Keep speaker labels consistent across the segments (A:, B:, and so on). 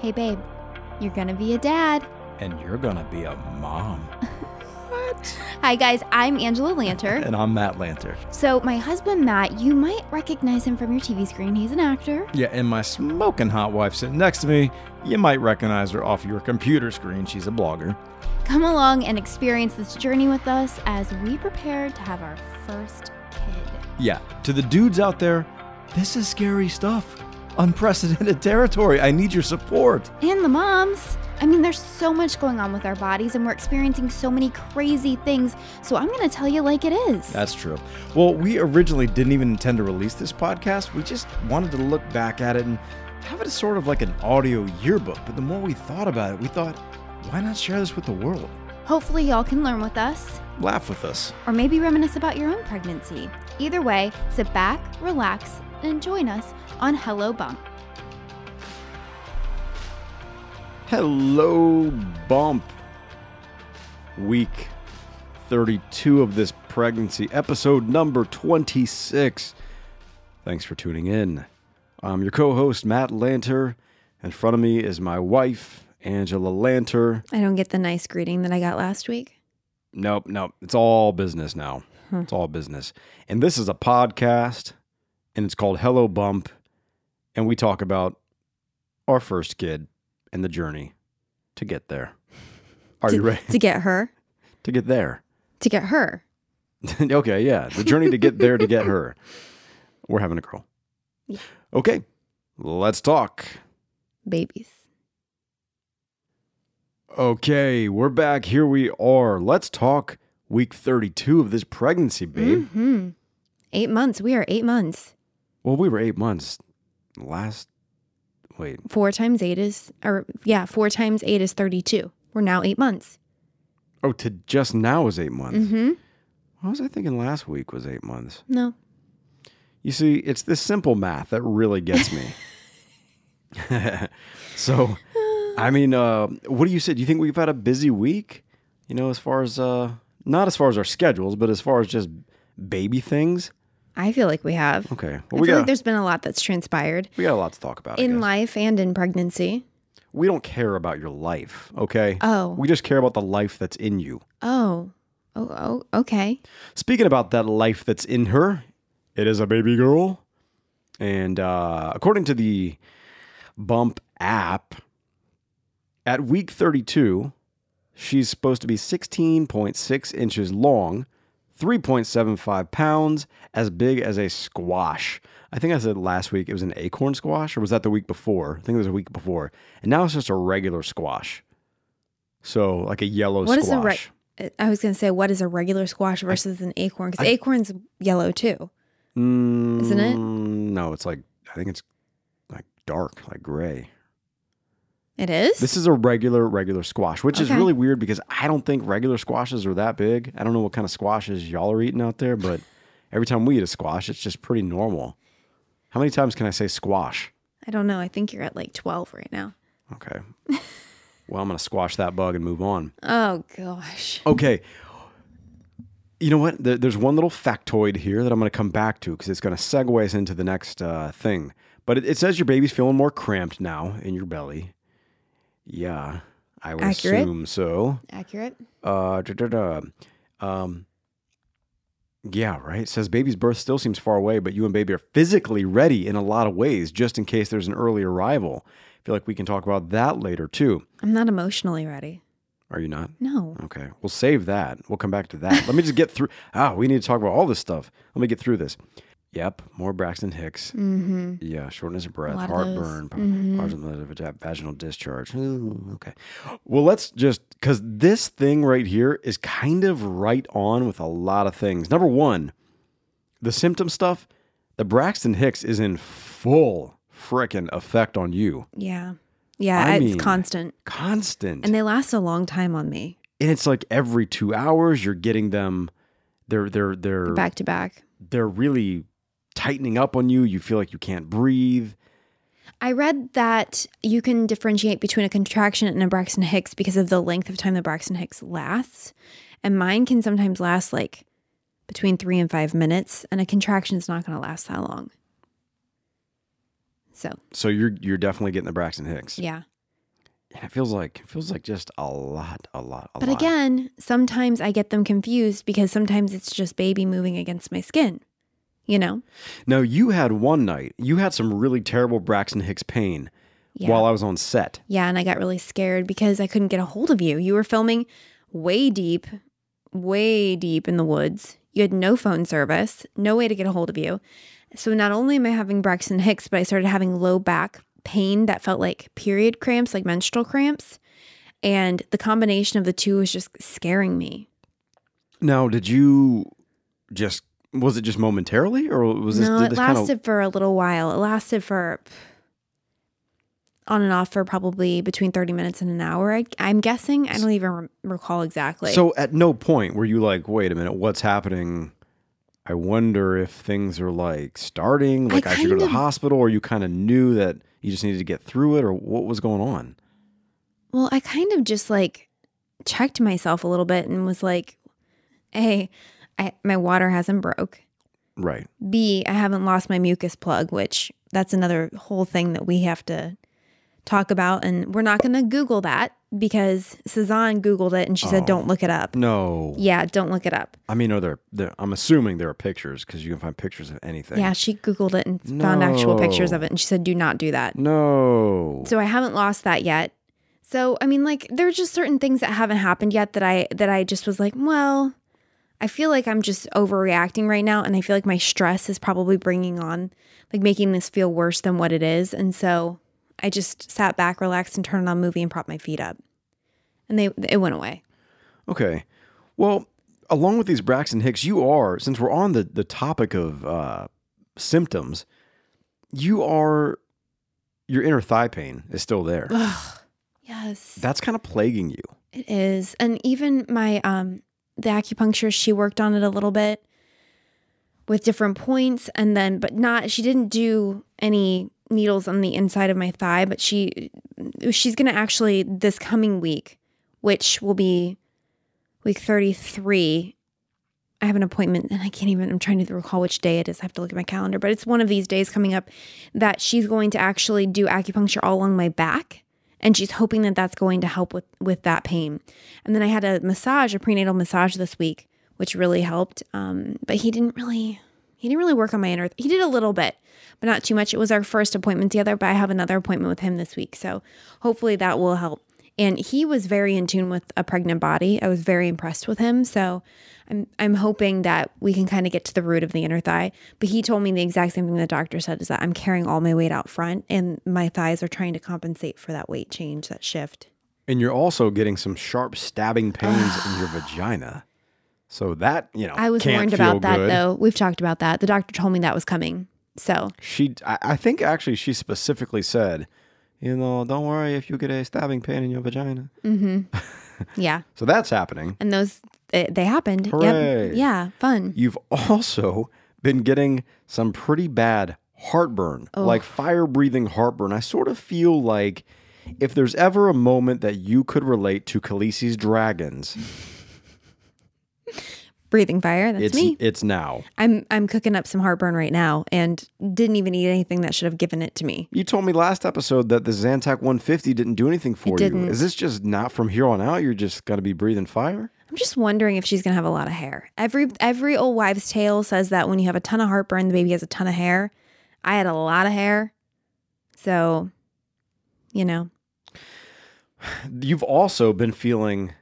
A: Hey, babe, you're gonna be a dad.
B: And you're going to be a mom.
A: Hi, guys, I'm Angela Lanter.
B: And I'm Matt Lanter.
A: So, my husband, Matt, you might recognize him from your TV screen. He's an actor.
B: Yeah, and my smoking hot wife sitting next to me, you might recognize her off your computer screen. She's a blogger.
A: Come along and experience this journey with us as we prepare to have our first kid.
B: Yeah, to the dudes out there, this is scary stuff. Unprecedented territory. I need your support.
A: And the moms. I mean, there's so much going on with our bodies, and we're experiencing so many crazy things. So, I'm gonna tell you like it is.
B: That's true. Well, we originally didn't even intend to release this podcast. We just wanted to look back at it and have it as sort of like an audio yearbook. But the more we thought about it, we thought, why not share this with the world?
A: Hopefully, y'all can learn with us.
B: Laugh with us.
A: or maybe reminisce about your own pregnancy. Either way, sit back, relax, and join us on Hello Bump.
B: Hello, Bump. Week 32 of this pregnancy, episode number 26. Thanks for tuning in. I'm your co host, Matt Lanter. In front of me is my wife, Angela Lanter.
C: I don't get the nice greeting that I got last week.
B: Nope, nope. It's all business now. It's all business. And this is a podcast, and it's called Hello Bump. And we talk about our first kid and the journey to get there. Are
C: to,
B: you ready
C: to get her?
B: to get there?
C: To get her.
B: okay, yeah. The journey to get there to get her. We're having a girl.
C: Yeah.
B: Okay, let's talk.
C: Babies.
B: Okay, we're back. Here we are. Let's talk week 32 of this pregnancy, babe.
C: hmm Eight months. We are eight months.
B: Well, we were eight months last. Wait,
C: Four times eight is, or yeah, four times eight is 32. We're now eight months.
B: oh, to just now is eight months.
C: Mm-hmm.
B: Why was I thinking last week was eight months?
C: No.
B: You see, it's this simple math that really gets me. so, I mean, uh, what do you say? Do you think we've had a busy week? You know, as far as uh, not as far as our schedules, but as far as just baby things.
C: I feel like we have.
B: Okay,
C: I
B: well, we
C: feel
B: got
C: like there's been a lot that's transpired
B: we got a lot to talk about. I
C: in
B: guess.
C: life and in pregnancy.
B: we don't care about your life, okay?
C: Oh.
B: We just care about the life that's in you.
C: Oh. Oh, oh okay.
B: Speaking about that life that's in her, it is a baby girl. And uh, according to the Bump app, at week 32, she's supposed to be 16.6 inches long, 3.75 pounds, as big as a squash. I think I said last week it was an acorn squash, or was that the week before? I think it was a week before. And now it's just a regular squash. So, like a yellow
C: What is
B: Oh, squash.
C: a re- I was going to say, what is a regular squash versus an acorn? Because acorn's yellow too.
B: Isn't
C: it?
B: Mm, No, it's like I think it's like dark, like gray.
C: It is?
B: This is a regular, regular squash, which is
C: Okay.
B: really weird because I don't think regular squashes are that big. I don't know what kind of squashes y'all are eating out there, but every time we eat a squash, it's just pretty normal. How many times can I say squash?
C: I don't know. I think you're at like 12 right now.
B: Okay. well, I'm gonna squash that bug and move on.
C: Oh, gosh.
B: Okay. You know what? There, there's one little factoid here that I'm going to come back to because it's going to segue us into the next uh, thing. But it, it says your baby's feeling more cramped now in your belly. Yeah, I would
C: Accurate.
B: assume so.
C: Accurate.
B: Uh, da, da, da. Um, yeah, right. It says baby's birth still seems far away, but you and baby are physically ready in a lot of ways, just in case there's an early arrival. I feel like we can talk about that later too.
C: I'm not emotionally ready.
B: Are you not?
C: No.
B: Okay, we'll save that. We'll come back to that. Let me just get through. Ah, we need to talk about all this stuff. Let me get through this. Yep, more Braxton Hicks.
C: Mm-hmm.
B: Yeah, shortness of breath,
C: lot of
B: heartburn,
C: those. Mm-hmm.
B: pa- vaginal- vag- vaginal discharge. Ooh, okay. Well, let's just, because this thing right here is kind of right on with a lot of things. Number one, the symptom stuff, the Braxton Hicks is in full frickin' effect on you.
C: Yeah. Yeah.
B: I
C: it's
B: mean-
C: constant.
B: Constant.
C: And they last a long time on me,
B: and it's like every two hours you're getting them they're they're they're
C: back to back.
B: they're really tightening up on you you feel like you can't breathe
C: I read that you can differentiate between a contraction and a Braxton Hicks because of the length of time the Braxton Hicks lasts. And mine can sometimes last like between three and five minutes, and a contraction is not going to last that long. So,
B: so you're you're definitely getting the braxton hicks
C: yeah.
B: and it feels like it feels like just a lot, a lot, a
C: But
B: lot.
C: again, sometimes I get them confused because sometimes it's just baby moving against my skin, you know?
B: now you had one night. You had some really terrible Braxton Hicks pain
C: Yeah.
B: while I was on set.
C: yeah. And I got really scared because I couldn't get a hold of you. You were filming way deep, way deep in the woods. You had no phone service, no way to get a hold of you. So not only am I having Braxton Hicks, but I started having low back pain that felt like period cramps, like menstrual cramps. And the combination of the two was just scaring me.
B: Now, did you just was it just momentarily, or was this
C: no,
B: did
C: it
B: this kind
C: lasted
B: of
C: for a little while. It lasted for pff, on and off for probably between 30 minutes and an hour. I, I'm guessing. I don't even re- recall exactly.
B: so? At no point were you like, "Wait a minute, what's happening?" I wonder if things are like starting,
C: I
B: like I, should go to the
C: kind of-
B: hospital, or you kind of knew that you just needed to get through it, or what was going on?
C: well, I kind of just like checked myself a little bit and was like, hey, I, my water hasn't broke.
B: Right.
C: B, I haven't lost my mucus plug, which that's another whole thing that we have to talk about. And we're not going to Google that because Suzanne Googled it and she
B: Oh.
C: said, don't look it up.
B: No.
C: Yeah, don't look it up.
B: I mean, are there, there? I'm assuming there are pictures because you can find pictures of anything.
C: Yeah, she Googled it and found actual pictures
B: No.
C: of it. And she said, do not do that.
B: No.
C: So I haven't lost that yet. So, I mean, like, there are just certain things that haven't happened yet that I, that I just was like, well, I feel like I'm just overreacting right now. And I feel like my stress is probably bringing on, like, making this feel worse than what it is. And so I just sat back, relaxed, and turned on a movie and propped my feet up. And they, it went away.
B: Okay. Well, along with these Braxton Hicks, you are, since we're on the, the topic of uh, symptoms, you are, your inner thigh pain is still there.
C: Ugh. Yes.
B: That's kind of plaguing you.
C: It is. And even my um the acupuncturist, she worked on it a little bit with different points and then but not she didn't do any needles on the inside of my thigh, but she she's going to actually this coming week, which will be week 33. I have an appointment and I can't even I'm trying to recall which day it is. I have to look at my calendar, but it's one of these days coming up that she's going to actually do acupuncture all along my back and she's hoping that that's going to help with with that pain and then i had a massage a prenatal massage this week which really helped um, but he didn't really he didn't really work on my inner he did a little bit but not too much it was our first appointment together but i have another appointment with him this week so hopefully that will help and he was very in tune with a pregnant body i was very impressed with him so i'm i'm hoping that we can kind of get to the root of the inner thigh but he told me the exact same thing the doctor said is that i'm carrying all my weight out front and my thighs are trying to compensate for that weight change that shift
B: And you're also getting some sharp stabbing pains in your vagina. So that, you know,
C: i was
B: can't
C: warned
B: feel
C: about that
B: good.
C: though we've talked about that the doctor told me that was coming so
B: She, I, I think actually she specifically said, you know, don't worry if you get a stabbing pain in your vagina.
C: yeah
B: So that's happening.
C: and those they, they happened
B: Hooray.
C: yep yeah fun
B: You've also been getting some pretty bad heartburn, like fire breathing heartburn. I sort of feel like if there's ever a moment that you could relate to Khaleesi's dragons,
C: breathing fire that's
B: it's
C: me
B: it's now.
C: I'm I'm cooking up some heartburn right now and didn't even eat anything that should have given it to me.
B: You told me last episode that the Zantac 150 didn't do anything for you.
C: didn't.
B: Is this just not from here on out? You're just gonna be breathing fire?
C: I'm just wondering if she's gonna have a lot of hair. Every every old wives' tale says that when you have a ton of heartburn, the baby has a ton of hair. I had a lot of hair, so you know.
B: You've also been feeling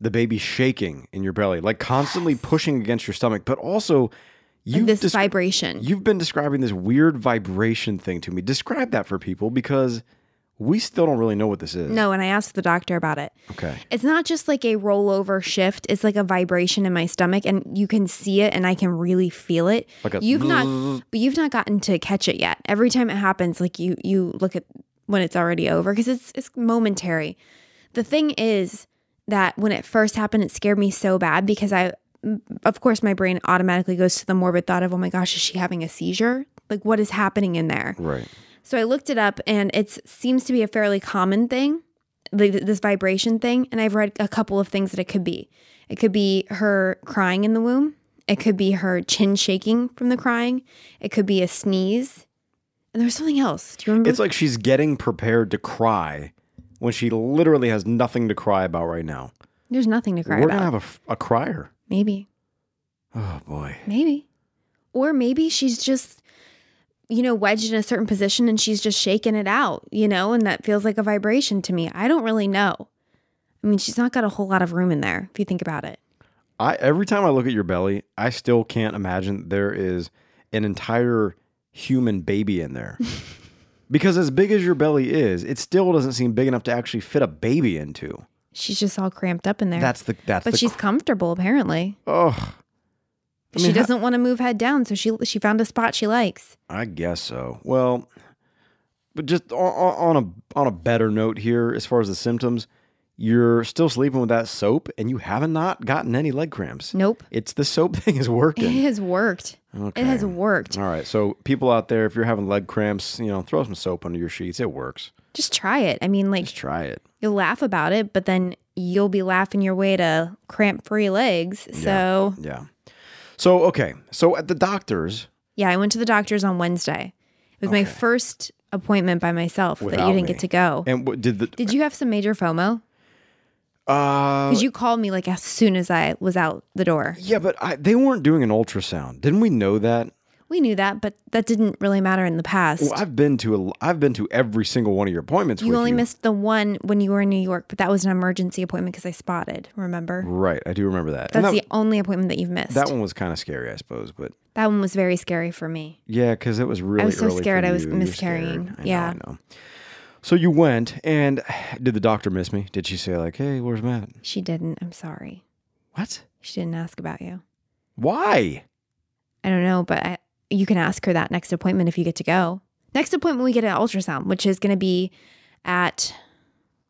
B: the baby shaking in your belly, like constantly pushing against your stomach, but also
C: Like
B: you've
C: this
B: described-
C: vibration.
B: You've been describing this weird vibration thing to me. Describe that for people because we still don't really know what this is.
C: no, and I asked the doctor about it.
B: Okay.
C: It's not just like a rollover shift. It's like a vibration in my stomach, and you can see it, and I can really feel it.
B: Like a
C: you've not, but you've not gotten to catch it yet. Every time it happens, like you you look at when it's already over because it's it's momentary. The thing is that when it first happened, it scared me so bad because I, of course, my brain automatically goes to the morbid thought of, oh my gosh, is she having a seizure? Like what is happening in there?
B: Right.
C: So I looked it up, and it seems to be a fairly common thing, like th- this vibration thing. And I've read a couple of things that it could be. It could be her crying in the womb. It could be her chin shaking from the crying. It could be a sneeze. And there was something else. Do you remember?
B: It's like she's getting prepared to cry when she literally has nothing to cry about right now.
C: There's nothing to cry
B: We're
C: about.
B: gonna have a, f- a crier.
C: maybe,
B: Oh boy.
C: maybe, or maybe she's just, you know, wedged in a certain position and she's just shaking it out, you know, and that feels like a vibration to me. I don't really know. I mean, she's not got a whole lot of room in there if you think about it.
B: I every time I look at your belly, I still can't imagine there is an entire human baby in there. because as big as your belly is, it still doesn't seem big enough to actually fit a baby into.
C: She's just all cramped up in there.
B: That's the that's
C: but
B: the
C: she's comfortable apparently.
B: oh
C: But
B: mean,
C: she
B: how-
C: doesn't want to move head down, so she she found a spot she likes.
B: I guess so. Well, but just on, on a on a better note here, as far as the symptoms, you're still sleeping with that soap, and you haven't not gotten any leg cramps.
C: Nope.
B: It's the soap thing is
C: Mm. It
B: working.
C: has worked.
B: Okay.
C: It has worked.
B: All right, so people out there, if you're having leg cramps, you know, throw some soap under your sheets. It works.
C: Just try it. I mean, like
B: Just try it.
C: you'll laugh about it, but then you'll be laughing your way to cramp-free legs. So,
B: Yeah. So okay, so at the doctor's
C: yeah, I went to the doctor's on Wednesday. It was my first appointment by myself that
B: Without
C: you didn't
B: me.
C: get to go.
B: and what did the
C: Did you have some major FOMO?
B: uh
C: Because you called me like as soon as I was out the door.
B: yeah, but I, they weren't doing an ultrasound. Didn't we know that?
C: We knew that, but that didn't really matter in the past.
B: Well, I've been to a, I've been to every single one of your appointments.
C: You
B: with
C: only
B: you.
C: missed the one when you were in New York, but that was an emergency appointment because I spotted, remember?
B: Right, I do remember that. And
C: That's
B: that,
C: the only appointment that you've missed.
B: that one was kind of scary, I suppose. But
C: That one was very scary for me.
B: yeah, because it was really.
C: was so
B: early for
C: scared I was
B: you. You're
C: miscarrying.
B: scared. I know,
C: Yeah.
B: I know. So you went, and did the doctor miss me? Did she say like, "Hey, where's Matt?"
C: She didn't. I'm sorry.
B: What?
C: She didn't ask about you.
B: Why?
C: I don't know, but I, you can ask her that next appointment if you get to go. Next appointment, we get an ultrasound, which is going to be at,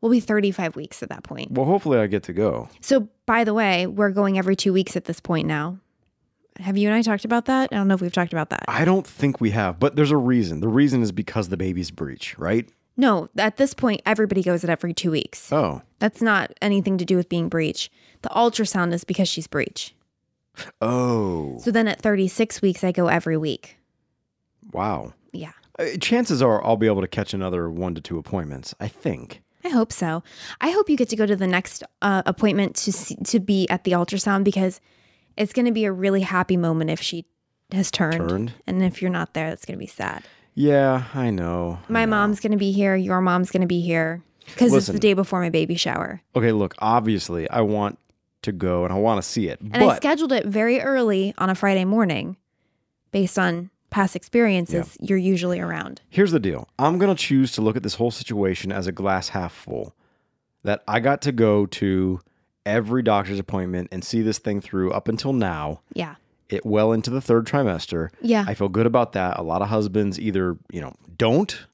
C: we'll be 35 weeks at that point.
B: Well, hopefully I get to go.
C: So, by the way, we're going every two weeks at this point now. Have you and I talked about that? I don't know if we've talked about that.
B: I don't think we have, but there's a reason. The reason is because the baby's breech, right?
C: No, at this point, everybody goes at every two weeks.
B: Oh,
C: That's not anything to do with being breech. The ultrasound is because she's breech.
B: oh,
C: So then at 36 weeks, I go every week.
B: wow.
C: Yeah,
B: Uh, Chances are I'll be able to catch another one to two appointments. I think.
C: I hope so. I hope you get to go to the next uh, appointment to see, to be at the ultrasound because it's going to be a really happy moment if she has turned.
B: Turned?
C: And if you're not there, that's going to be sad.
B: Yeah, I know. I
C: My
B: know.
C: mom's going to be here. Your mom's going to be here because it's
B: Listen.
C: the day before my baby shower.
B: Okay, look. Obviously, I want to go and I want to see it,
C: And I
B: but
C: scheduled it very early on a Friday morning based on past experiences. You're usually around.
B: Here's the deal I'm going to choose to look at this whole situation as a glass half full. That I got to go to every doctor's appointment and see this thing through up until now,
C: Yeah.
B: it well into the third trimester.
C: Yeah.
B: I feel good about that. A lot of husbands either, you know, don't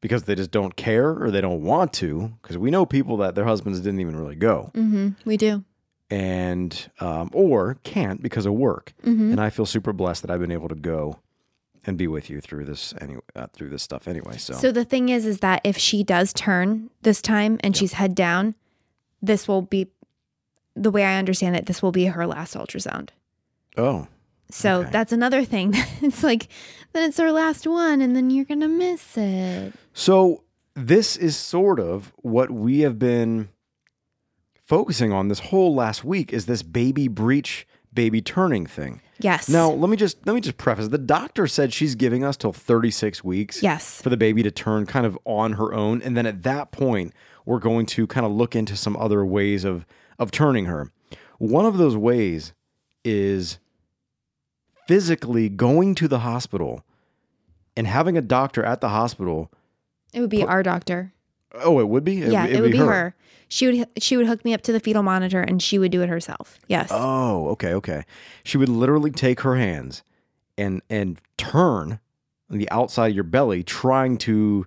B: because they just don't care or they don't want to because we know people that their husbands didn't even really go
C: mm-hmm. We do.
B: and um, or can't because of work.
C: Mm-hmm.
B: And I feel super blessed that I've been able to go and be with you through this anyway, uh, through this stuff anyway.
C: So the thing is, is that if she does turn this time and she's head down, this will be the way I understand it. This will be her last ultrasound.
B: oh,
C: So
B: Okay.
C: that's another thing. it's like then it's her last one, and then you're gonna miss it.
B: So this is sort of what we have been focusing on this whole last week is this baby breach baby turning thing.
C: Yes.
B: Now, let me just let me just preface. The doctor said she's giving us till 36 weeks
C: Yes.
B: for the baby to turn kind of on her own and then at that point we're going to kind of look into some other ways of of turning her. One of those ways is physically going to the hospital and having a doctor at the hospital
C: It would be our doctor.
B: Oh, it would be.
C: yeah, it would be her. She would she would hook me up to the fetal monitor, and she would do it herself. Yes.
B: Oh, okay, okay. She would literally take her hands and and turn the outside of your belly, trying to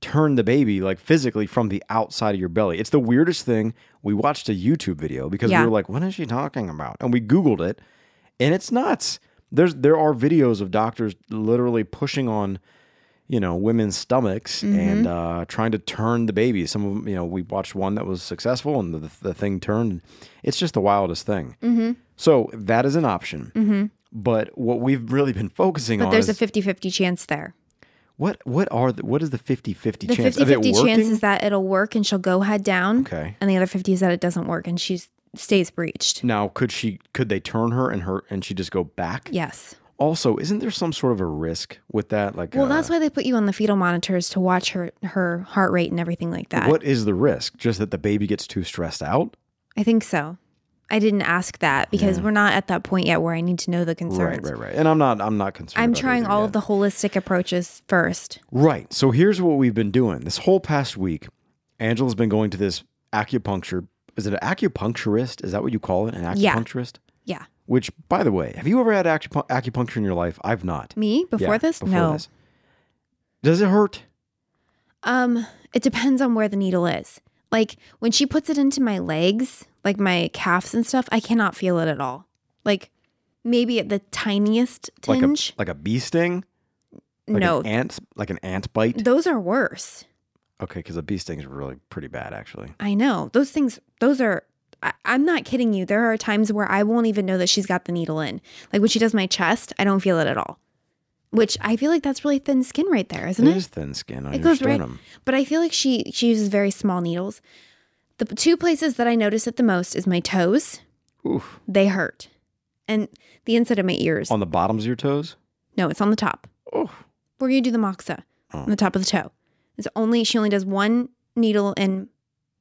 B: turn the baby like physically from the outside of your belly. It's the weirdest thing. We watched a YouTube video because
C: Yeah.
B: we were like, "What is she talking about?" And we Googled it, and it's nuts. There's there are videos of doctors literally pushing on you know women's stomachs
C: Mm-hmm.
B: and uh, trying to turn the baby. Some of them, you know, we watched one that was successful and the, the thing turned. It's just the wildest thing.
C: Mm-hmm.
B: So that is an option. But what we've really been focusing
C: but
B: on
C: there's a
B: is
C: 50-50 chance there.
B: What what are the, what is the 50-50
C: The
B: chance
C: 50
B: of it
C: 50
B: working?
C: chance is that it'll work and she'll go head down.
B: okay.
C: And the other 50 is that it doesn't work and she stays breached.
B: Now, could she could they turn her and her and she just go back?
C: Yes.
B: Also, isn't there some sort of a risk with that? Like,
C: Well,
B: uh,
C: that's why they put you on the fetal monitors to watch her her heart rate and everything like that.
B: what is the risk? Just that the baby gets too stressed out?
C: I think so. I didn't ask that because we're not at that point yet where I need to know the concerns.
B: Right, right, right. And I'm not I'm not concerned.
C: I'm
B: about
C: trying
B: either
C: all
B: yet.
C: of the holistic approaches first.
B: Right. So here's what we've been doing this whole past week. Angela's been going to this acupuncture. Is it an acupuncturist? Is that what you call it? An
C: Yeah.
B: acupuncturist?
C: Yeah.
B: Which, by the way, have you ever had acupun- acupuncture in your life? I've not.
C: Me before
B: Yeah,
C: this?
B: before
C: no.
B: this. Does it hurt?
C: Um, it depends on where the needle is. Like when she puts it into my legs, like my calves and stuff, I cannot feel it at all. Like maybe at the tiniest
B: Like a
C: tinge.
B: like a bee sting? Like
C: no.
B: An ant, like an ant bite?
C: Those are worse.
B: Okay, because a bee sting is really pretty bad, actually.
C: I know. Those things, those are, I, I'm not kidding you. There are times where I won't even know that she's got the needle in. Like when she does my chest, I don't feel it at all, which I feel like that's really thin skin right there, isn't it?
B: it is thin skin on
C: It
B: your
C: goes right-
B: sternum.
C: But I feel like she, she uses very small needles. The p- two places that I notice it the most is my toes.
B: Oof.
C: They hurt. And the inside of my ears.
B: On the bottoms of your toes?
C: no, it's on the top.
B: Oof.
C: Where you do the moxa,
B: Oh.
C: on the top of the toe. It's only, she only does one needle in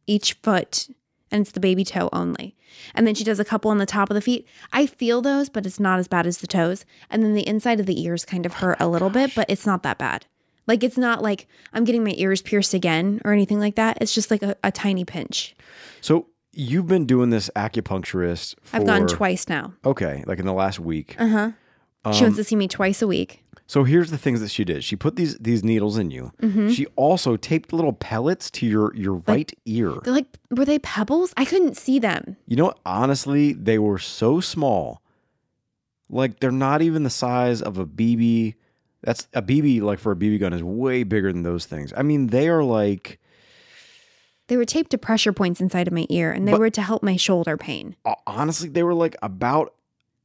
C: each foot, and it's the baby toe only. And then she does a couple on the top of the feet. I feel those, but it's not as bad as the toes. And then the inside of the ears kind of hurt a little bit, but it's not that bad. Like, it's not like I'm getting my ears pierced again or anything like that. It's just like a, a tiny pinch.
B: So you've been doing this acupuncturist for.
C: I've gone twice now.
B: Okay, like in the last week.
C: Uh huh. she
B: Um,
C: wants to see me twice a week.
B: So here's the things that she did. She put these these needles in you.
C: Mm-hmm.
B: She also taped little pellets to your your right ear.
C: They're like, were they pebbles? I couldn't see them.
B: you know, what? honestly, they were so small. Like they're not even the size of a BB. That's a BB like for a BB gun is way bigger than those things. I mean, they are like
C: They were taped to pressure points inside of my ear, and they
B: But-
C: were to help my shoulder pain.
B: ho- honestly, they were like about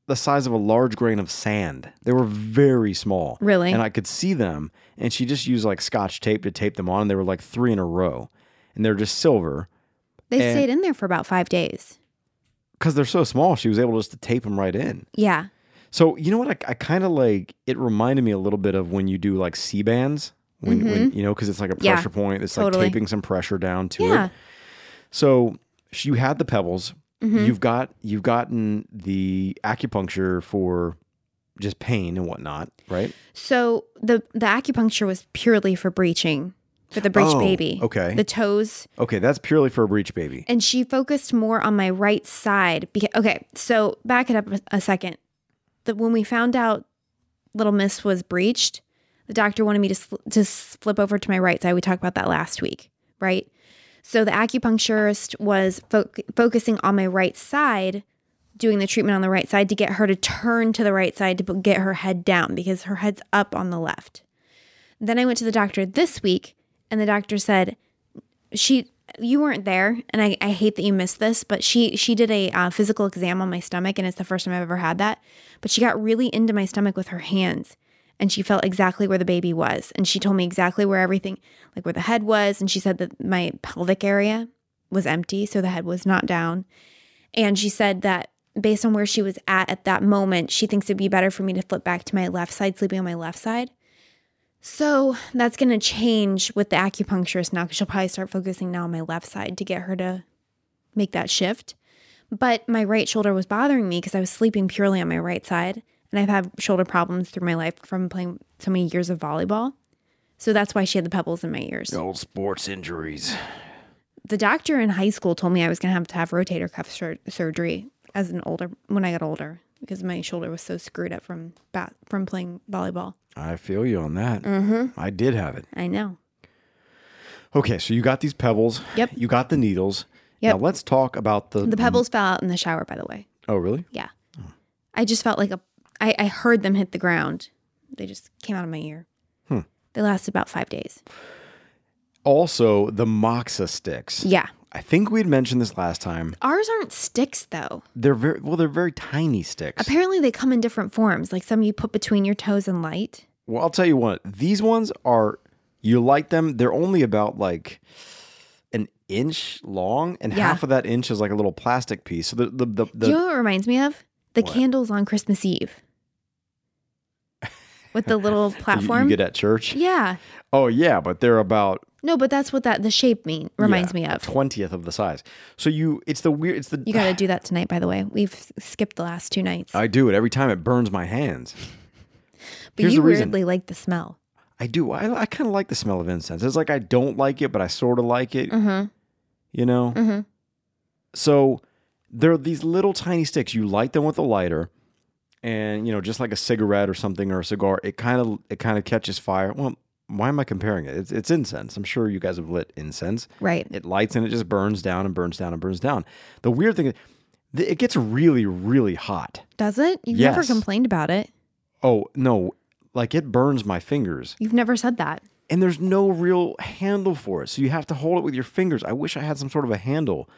B: the size of a large grain of sand. They were very small.
C: Really?
B: And I could see them. And she just used like scotch tape to tape them on. And they were like three in a row. And they're just silver.
C: They
B: and-
C: stayed in there for about five days.
B: because they're so small, she was able just to tape them right in.
C: Yeah.
B: So you know what? I, I kind of like it reminded me a little bit of when you do like C bands, when, when you know, because it's like a
C: Mm-hmm. Yeah,
B: pressure point. It's
C: totally.
B: like taping some pressure down to
C: yeah.
B: it. So sh- you had the pebbles.
C: Mm-hmm.
B: You've got you've gotten the acupuncture for just pain and whatnot, right?
C: So the the acupuncture was purely for breaching, for the breech
B: Oh,
C: baby.
B: okay.
C: The toes,
B: Okay, that's purely for a breech baby.
C: and she focused more on my right side. Because okay, so back it up a, a second. That when we found out little Miss was breached, the doctor wanted me to sl- to s- flip over to my right side. We talked about that last week, right? So the acupuncturist was fo- focusing on my right side, doing the treatment on the right side to get her to turn to the right side to b- get her head down because her head's up on the left. Then I went to the doctor this week, and the doctor said, "She, you weren't there, and I, I hate that you missed this, but she she did a uh, physical exam on my stomach, and it's the first time I've ever had that. But she got really into my stomach with her hands." And she felt exactly where the baby was. And she told me exactly where everything, like where the head was. And she said that my pelvic area was empty. So the head was not down. And she said that based on where she was at at that moment, she thinks it'd be better for me to flip back to my left side, sleeping on my left side. So that's going to change with the acupuncturist now because she'll probably start focusing now on my left side to get her to make that shift. But my right shoulder was bothering me because I was sleeping purely on my right side. And I've had shoulder problems through my life from playing so many years of volleyball. So that's why she had the pebbles in my ears.
B: Old sports injuries.
C: The doctor in high school told me I was going to have to have rotator cuff sur- surgery as an older when I got older because my shoulder was so screwed up from bat- from playing volleyball.
B: I feel you on that.
C: Mm-hmm.
B: I did have it.
C: I know.
B: Okay, so you got these pebbles.
C: Yep.
B: You got the needles.
C: Yep.
B: Now let's talk about the
C: The pebbles fell out in the shower by the way.
B: Oh, really?
C: Yeah. I just felt like a I I heard them hit the ground. They just came out of my ear.
B: Hmm.
C: They lasted about 5 days.
B: Also, the moxa sticks.
C: Yeah.
B: I think we'd mentioned this last time.
C: Ours aren't sticks though.
B: They're very well. They're very tiny sticks.
C: Apparently they come in different forms. Like some you put between your toes and light.
B: Well, I'll tell you what. These ones are you light them. They're only about like an inch long, and
C: Yeah.
B: half of that inch is like a little plastic piece. So the the the,
C: Do
B: the
C: you know what it reminds me of? The
B: What?
C: candles on Christmas Eve with the little
B: you-
C: platform.
B: you, get at church.
C: yeah.
B: Oh yeah, but they're about
C: No, but that's what that the shape mean reminds me of.
B: twentieth of the size. So you, it's the weird. It's the
C: You got to do that tonight, by the way. We've s- skipped the last two nights,
B: I do it every time. It burns my hands.
C: but
B: here's
C: you
B: the reason.
C: weirdly like the smell.
B: I do. I, I kind of like the smell of incense. It's like I don't like it, but I sort of like it.
C: Mm-hmm.
B: You know.
C: Mm-hmm.
B: So there are these little tiny sticks. You light them with a lighter, and you know, just like a cigarette or something or a cigar, it kind of it kind of catches fire. Well, why am I comparing it? It's, it's incense. I'm sure you guys have lit incense.
C: Right.
B: It lights and it just burns down and burns down and burns down. The weird thing, is, th- it gets really really hot.
C: Does it? You've never
B: Yes.
C: complained about it.
B: Oh no, like it burns my fingers.
C: You've never said that.
B: and there's no real handle for it. So you have to hold it with your fingers. I wish I had some sort of a handle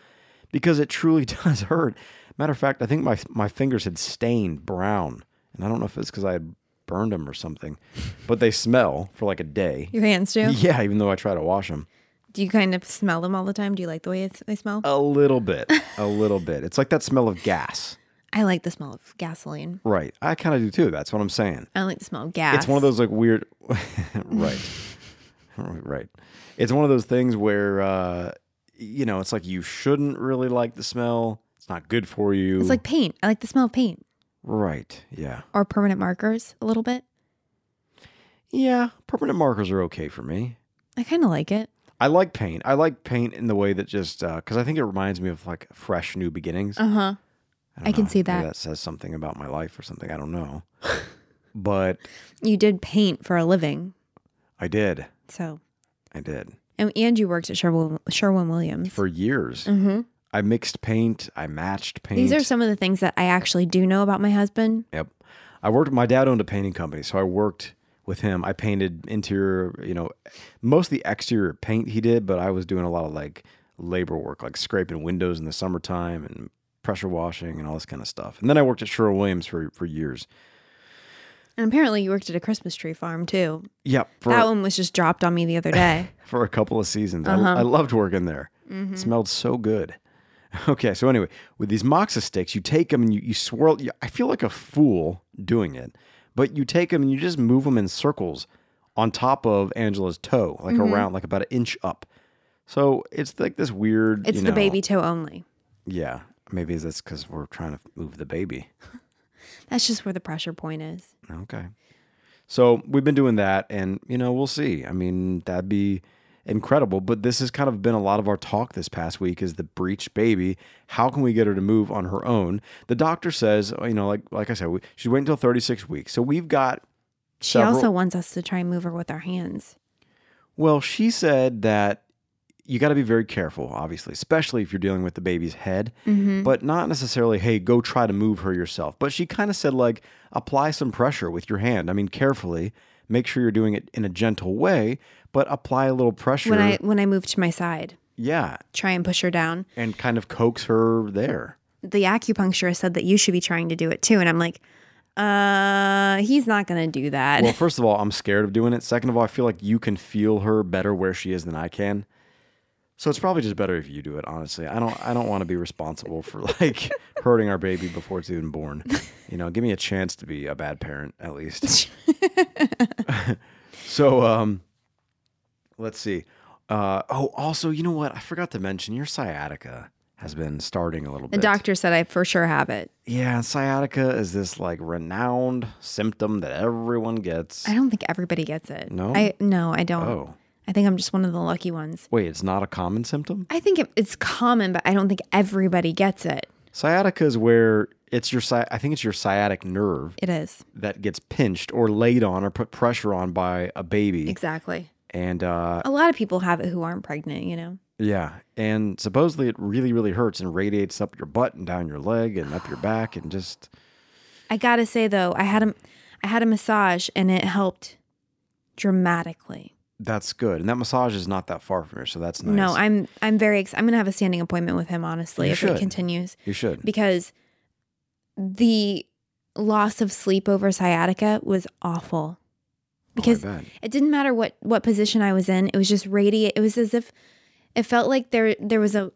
B: because it truly does hurt. Matter of fact, I think my my fingers had stained brown, and I don't know if it's because I had burned them or something, but they smell for like a day.
C: Your hands do.
B: Yeah, even though I try to wash them
C: Do you kind of smell them all the time? Do you like the way it's, they smell?
B: a little bit, a little bit. It's like that smell of gas,
C: I like the smell of gasoline.
B: right? I kind of do too. That's what I'm saying.
C: I like the smell of gas.
B: It's one of those like weird, right, right. It's one of those things where uh, you know it's like you shouldn't really like the smell. It's not good for you.
C: It's like paint. I like the smell of paint
B: right, yeah,
C: or permanent markers a little bit.
B: yeah. Permanent markers are okay for me.
C: I kind of like it.
B: I like paint. I like paint in the way that just because I think it reminds me of like fresh new beginnings.
C: Uh huh.
B: don't
C: I can
B: know.
C: see
B: Maybe
C: that.
B: That says something about my life or something. I don't know, but
C: You did paint for a living,
B: I did.
C: so
B: I did
C: and, and you worked at Sherwin Sherwin Williams.
B: for years.
C: mm-hmm.
B: I mixed paint. I matched paint.
C: These are some of the things that I actually do know about my husband.
B: Yep. I worked. My dad owned a painting company, so I worked with him. I painted interior, you know, mostly exterior paint he did, but I was doing a lot of like labor work, like scraping windows in the summertime and pressure washing and all this kind of stuff. And then I worked at Sherwin Williams for for years.
C: And apparently, you worked at a Christmas tree farm too.
B: Yep. For
C: that one was just dropped on me the other day.
B: for a couple of seasons. I,
C: Uh-huh. Mm-hmm.
B: I loved working there. It smelled so good. Okay, so anyway, with these moxa sticks, you take them and you, you swirl. You, I feel like a fool doing it, but you take them and you just move them in circles on top of Angela's toe, like
C: Mm-hmm.
B: around, like about an inch up. So it's like this weird.
C: It's
B: you
C: the
B: know-
C: baby toe only.
B: Yeah, maybe that's because we're trying to move the baby.
C: That's just where the pressure point is.
B: Okay. So we've been doing that, and you know we'll see. I mean that'd be incredible. But this has kind of been a lot of our talk this past week is the breech baby. How can we get her to move on her own? The doctor says, you know, like like I said, we, she's waiting until thirty six weeks. So we've got
C: She
B: Several-
C: also wants us to try and move her with our hands.
B: Well, she said that you got to be very careful, obviously, especially if you're dealing with the baby's head,
C: Mm-hmm.
B: but not necessarily, hey, go try to move her yourself. But she kind of said, like, apply some pressure with your hand. I mean, carefully, make sure you're doing it in a gentle way, but apply a little pressure.
C: When I when I move to my side,
B: yeah.
C: try and push her down.
B: And kind of coax her there.
C: The acupuncturist said that you should be trying to do it too, and I'm like, uh, he's not gonna do that.
B: Well, first of all, I'm scared of doing it. Second of all, I feel like you can feel her better where she is than I can. So it's probably just better if you do it, honestly. I don't I don't want to be responsible for like hurting our baby before it's even born. You know, give me a chance to be a bad parent at least. so um let's see. Uh oh, also, you know what? I forgot to mention your sciatica has been starting a little
C: the
B: bit.
C: doctor said I for sure have it.
B: yeah, sciatica is this like renowned symptom that everyone gets.
C: I don't think everybody gets it.
B: No?
C: I no, I don't.
B: Oh.
C: I think I'm just one of the lucky ones.
B: Wait, it's not a common symptom?
C: I think it, it's common, but I don't think everybody gets it.
B: Sciatica is where it's your sci- I think it's your sciatic nerve
C: It is
B: that gets pinched or laid on or put pressure on by a baby.
C: exactly.
B: And uh
C: A lot of people have it who aren't pregnant. You know,
B: yeah, and supposedly it really really hurts and radiates up your butt and down your leg and up your back and just
C: I gotta say though, I had a, I had a massage and it helped dramatically.
B: that's good. And that massage is not that far from here, so that's nice.
C: No, I'm I'm very ex- I'm gonna have a standing appointment with him honestly
B: You
C: if
B: should.
C: it continues
B: you should.
C: because the loss of sleep over sciatica was awful.
B: Oh
C: because
B: I bet.
C: it didn't matter what what position I was in. It was just radiate. It was as if it felt like there there was a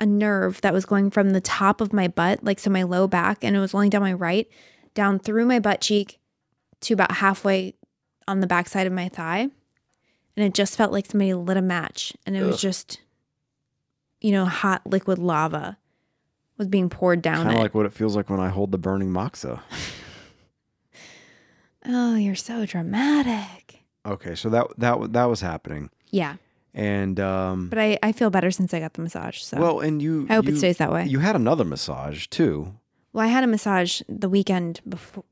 C: a nerve that was going from the top of my butt, like so my low back, and it was only down my right, down through my butt cheek to about halfway on the backside of my thigh, and it just felt like somebody lit a match, and it was
B: Ugh.
C: just you know hot liquid lava was being poured down
B: Kind
C: it.
B: of like what it feels like when I hold the burning moxa.
C: oh, you're so dramatic.
B: Okay, so that that that was happening,
C: Yeah,
B: and um,
C: but I I feel better since I got the massage. So
B: well, and you.
C: I hope it
B: you-
C: stays that way.
B: You had another massage too.
C: Well, I had a massage the weekend before.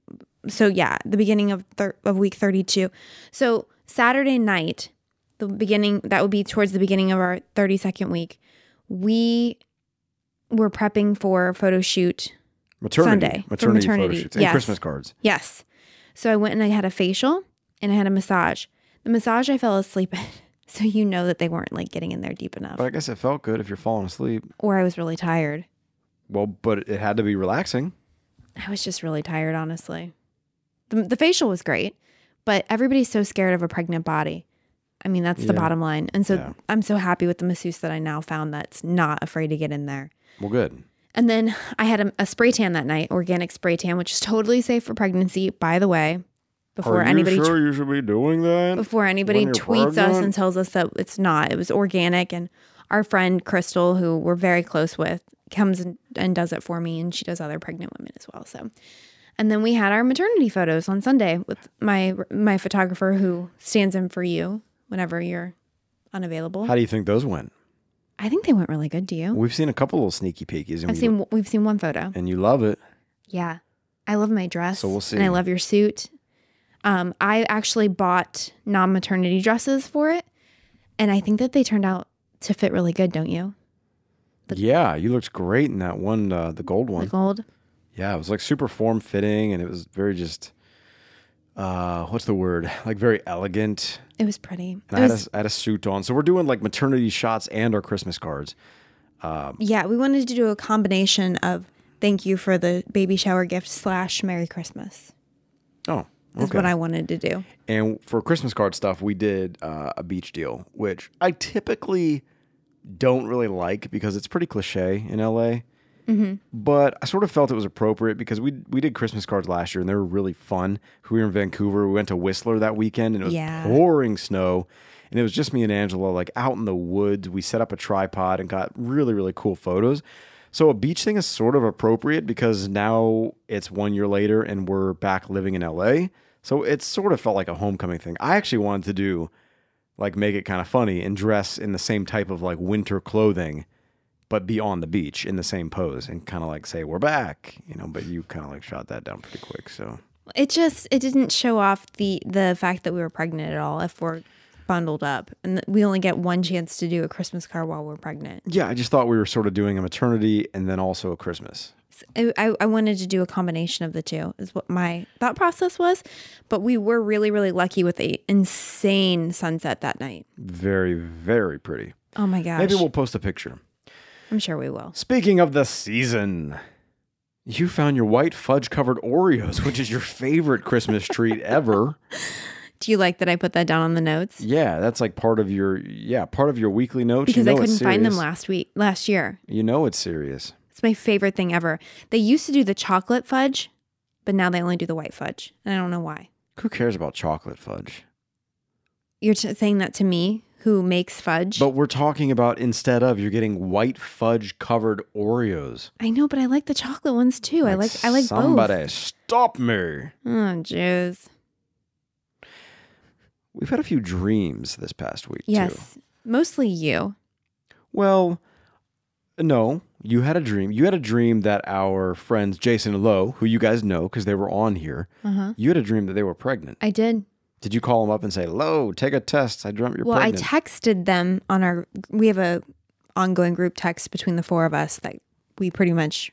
C: So yeah, the beginning of thir- of week 32. So Saturday night, the beginning that would be towards the beginning of our 32nd week, we were prepping for a photo shoot.
B: Maternity,
C: Sunday, for
B: maternity,
C: maternity,
B: photo shoots and
C: yes.
B: Christmas cards.
C: Yes. So I went and I had a facial and I had a massage. The massage I fell asleep in. So you know that they weren't like getting in there deep enough
B: But I guess it felt good if you're falling asleep.
C: or I was really tired.
B: Well, but it had to be relaxing.
C: I was just really tired, honestly. The, the facial was great, but everybody's so scared of a pregnant body. I mean, that's the
B: Yeah.
C: bottom line. And so
B: Yeah.
C: I'm so happy with the masseuse that I now found that's not afraid to get in there.
B: Well, good.
C: And then I had a, a spray tan that night, organic spray tan, which is totally safe for pregnancy, by the way. Before anybody tw-
B: you should be doing that?
C: before anybody
B: When you're
C: tweets us
B: pregnant?
C: and tells us that it's not, it was organic. And our friend Crystal, who we're very close with, comes and, and does it for me, and she does other pregnant women as well. So, and then we had our maternity photos on Sunday with my my photographer who stands in for you whenever you're unavailable.
B: How do you think those went?
C: I think they went really good. Do you?
B: We've seen a couple little sneaky peekies, and,
C: I've
B: we,
C: seen w- we've seen one photo.
B: and you love it.
C: Yeah. I love my dress.
B: So we'll
C: And
B: see.
C: I love your suit. Um, I actually bought non maternity dresses for it. And I think that they turned out to fit really good, don't you?
B: yeah, you looked great in that one, uh, the gold
C: The
B: one.
C: gold.
B: Yeah, it was like super form fitting, and it was very just, uh, what's the word? Like very elegant.
C: It was pretty.
B: And I
C: It
B: had, a,
C: was-
B: I had a suit on, so we're doing like maternity shots and our Christmas cards.
C: yeah, we wanted to do a combination of thank you for the baby shower gift slash Merry Christmas.
B: Oh,
C: Is what I wanted to do.
B: And for Christmas card stuff, we did uh, a beach deal, which I typically don't really like because it's pretty cliche in LA. But I sort of felt it was appropriate because we we did Christmas cards last year and they were really fun. We were in Vancouver. We went to Whistler that weekend and it was
C: Yeah.
B: pouring snow. And it was just me and Angela, like out in the woods. We set up a tripod and got really, really cool photos. So a beach thing is sort of appropriate because now it's one year later and we're back living in LA. So it sort of felt like a homecoming thing. I actually wanted to do like make it kind of funny and dress in the same type of like winter clothing but be on the beach in the same pose and kind of like say we're back you know but you kind of like shot that down pretty quick so
C: It just it didn't show off the the fact that we were pregnant at all if we're bundled up and th- we only get one chance to do a Christmas card while we're pregnant.
B: yeah i just thought we were sort of doing a maternity and then also a christmas
C: I, I- I wanted to do a combination of the two is what my thought process was but we were really really lucky with a insane sunset that night
B: very very pretty
C: oh my gosh
B: maybe we'll post a picture
C: i'm sure we will
B: speaking of the season you found your white fudge covered oreos which is your favorite christmas treat ever
C: do you like that i put that down on the notes
B: yeah that's like part of your yeah part of your weekly notes
C: because
B: you
C: i
B: know it's
C: couldn't find them
B: serious.
C: last week last year
B: you know it's serious
C: it's my favorite thing ever they used to do the chocolate fudge but now they only do the white fudge and i don't know why
B: who cares about chocolate fudge
C: you're t- saying that to me who makes fudge
B: But we're talking about instead of you're getting white fudge covered Oreos.
C: i know but i like the chocolate ones too i like i like
B: somebody
C: both
B: stop me.
C: oh jeez
B: We've had a few dreams this past week. Too.
C: yes mostly you
B: Well, no, you had a dream. You had a dream that our friends Jason and Lowe, who you guys know because they were on here,
C: uh-huh
B: you had a dream that they were pregnant.
C: I did.
B: Did you call them up and say, "Lowe, take a test. I dreamt you're
C: well,
B: pregnant."
C: I texted them on our. We have a ongoing group text between the four of us that we pretty much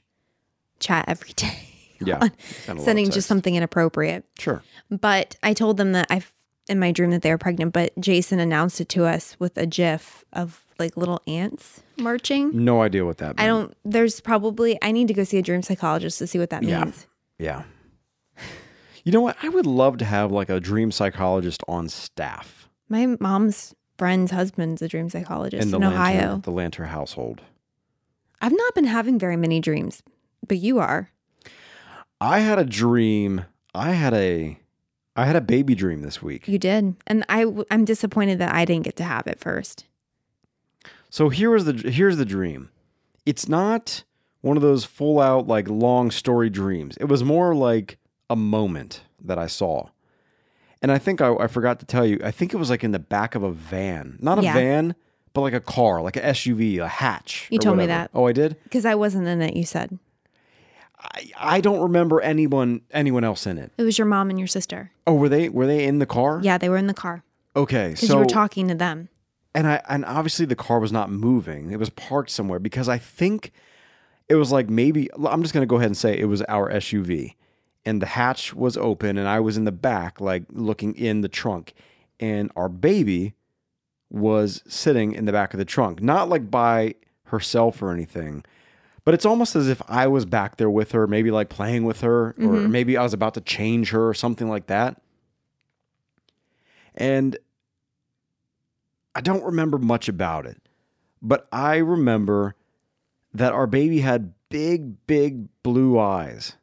C: chat every day,
B: yeah,
C: on
B: sent a lot of
C: sending
B: texts.
C: just something inappropriate.
B: Sure.
C: But I told them that I, f- in my dream, that they were pregnant. But Jason announced it to us with a GIF of like little ants marching.
B: No idea what that. Meant.
C: I don't. There's probably. I need to go see a dream psychologist to see what that
B: Yeah.
C: means.
B: Yeah. You know what? I would love to have like a dream psychologist on staff
C: My mom's friend's husband's a dream psychologist
B: in
C: in,
B: the
C: Ohio.
B: Lanter, the Lanter household.
C: I've not been having very many dreams, but you are.
B: I had a dream. I had a I had a baby dream this week.
C: You did. And I w- I'm disappointed that I didn't get to have it first.
B: So here is the here's the dream. It's not one of those full out like long story dreams. It was more like a moment that I saw. And I think I, I forgot to tell you, I think it was like in the back of a van. Not a
C: Yeah.
B: van, but like a car, like a SUV, a hatch.
C: You
B: or
C: told me
B: whatever.
C: that.
B: Oh, I did?
C: Because I wasn't in it, you said.
B: I, I don't remember anyone anyone else in it.
C: It was your mom and your sister.
B: Oh, were they were they in the car?
C: Yeah, they were in the car
B: Okay.
C: because
B: So
C: you were talking to them.
B: and I and obviously the car was not moving. It was parked somewhere because I think it was like maybe I'm just gonna go ahead and say it was our SUV, and the hatch was open, and I was in the back, like looking in the trunk, and our baby was sitting in the back of the trunk, not like by herself or anything. But it's almost as if I was back there with her, maybe like playing with her, or maybe I was about to change her or something like that. And I don't remember much about it, but I remember that our baby had big, big blue eyes,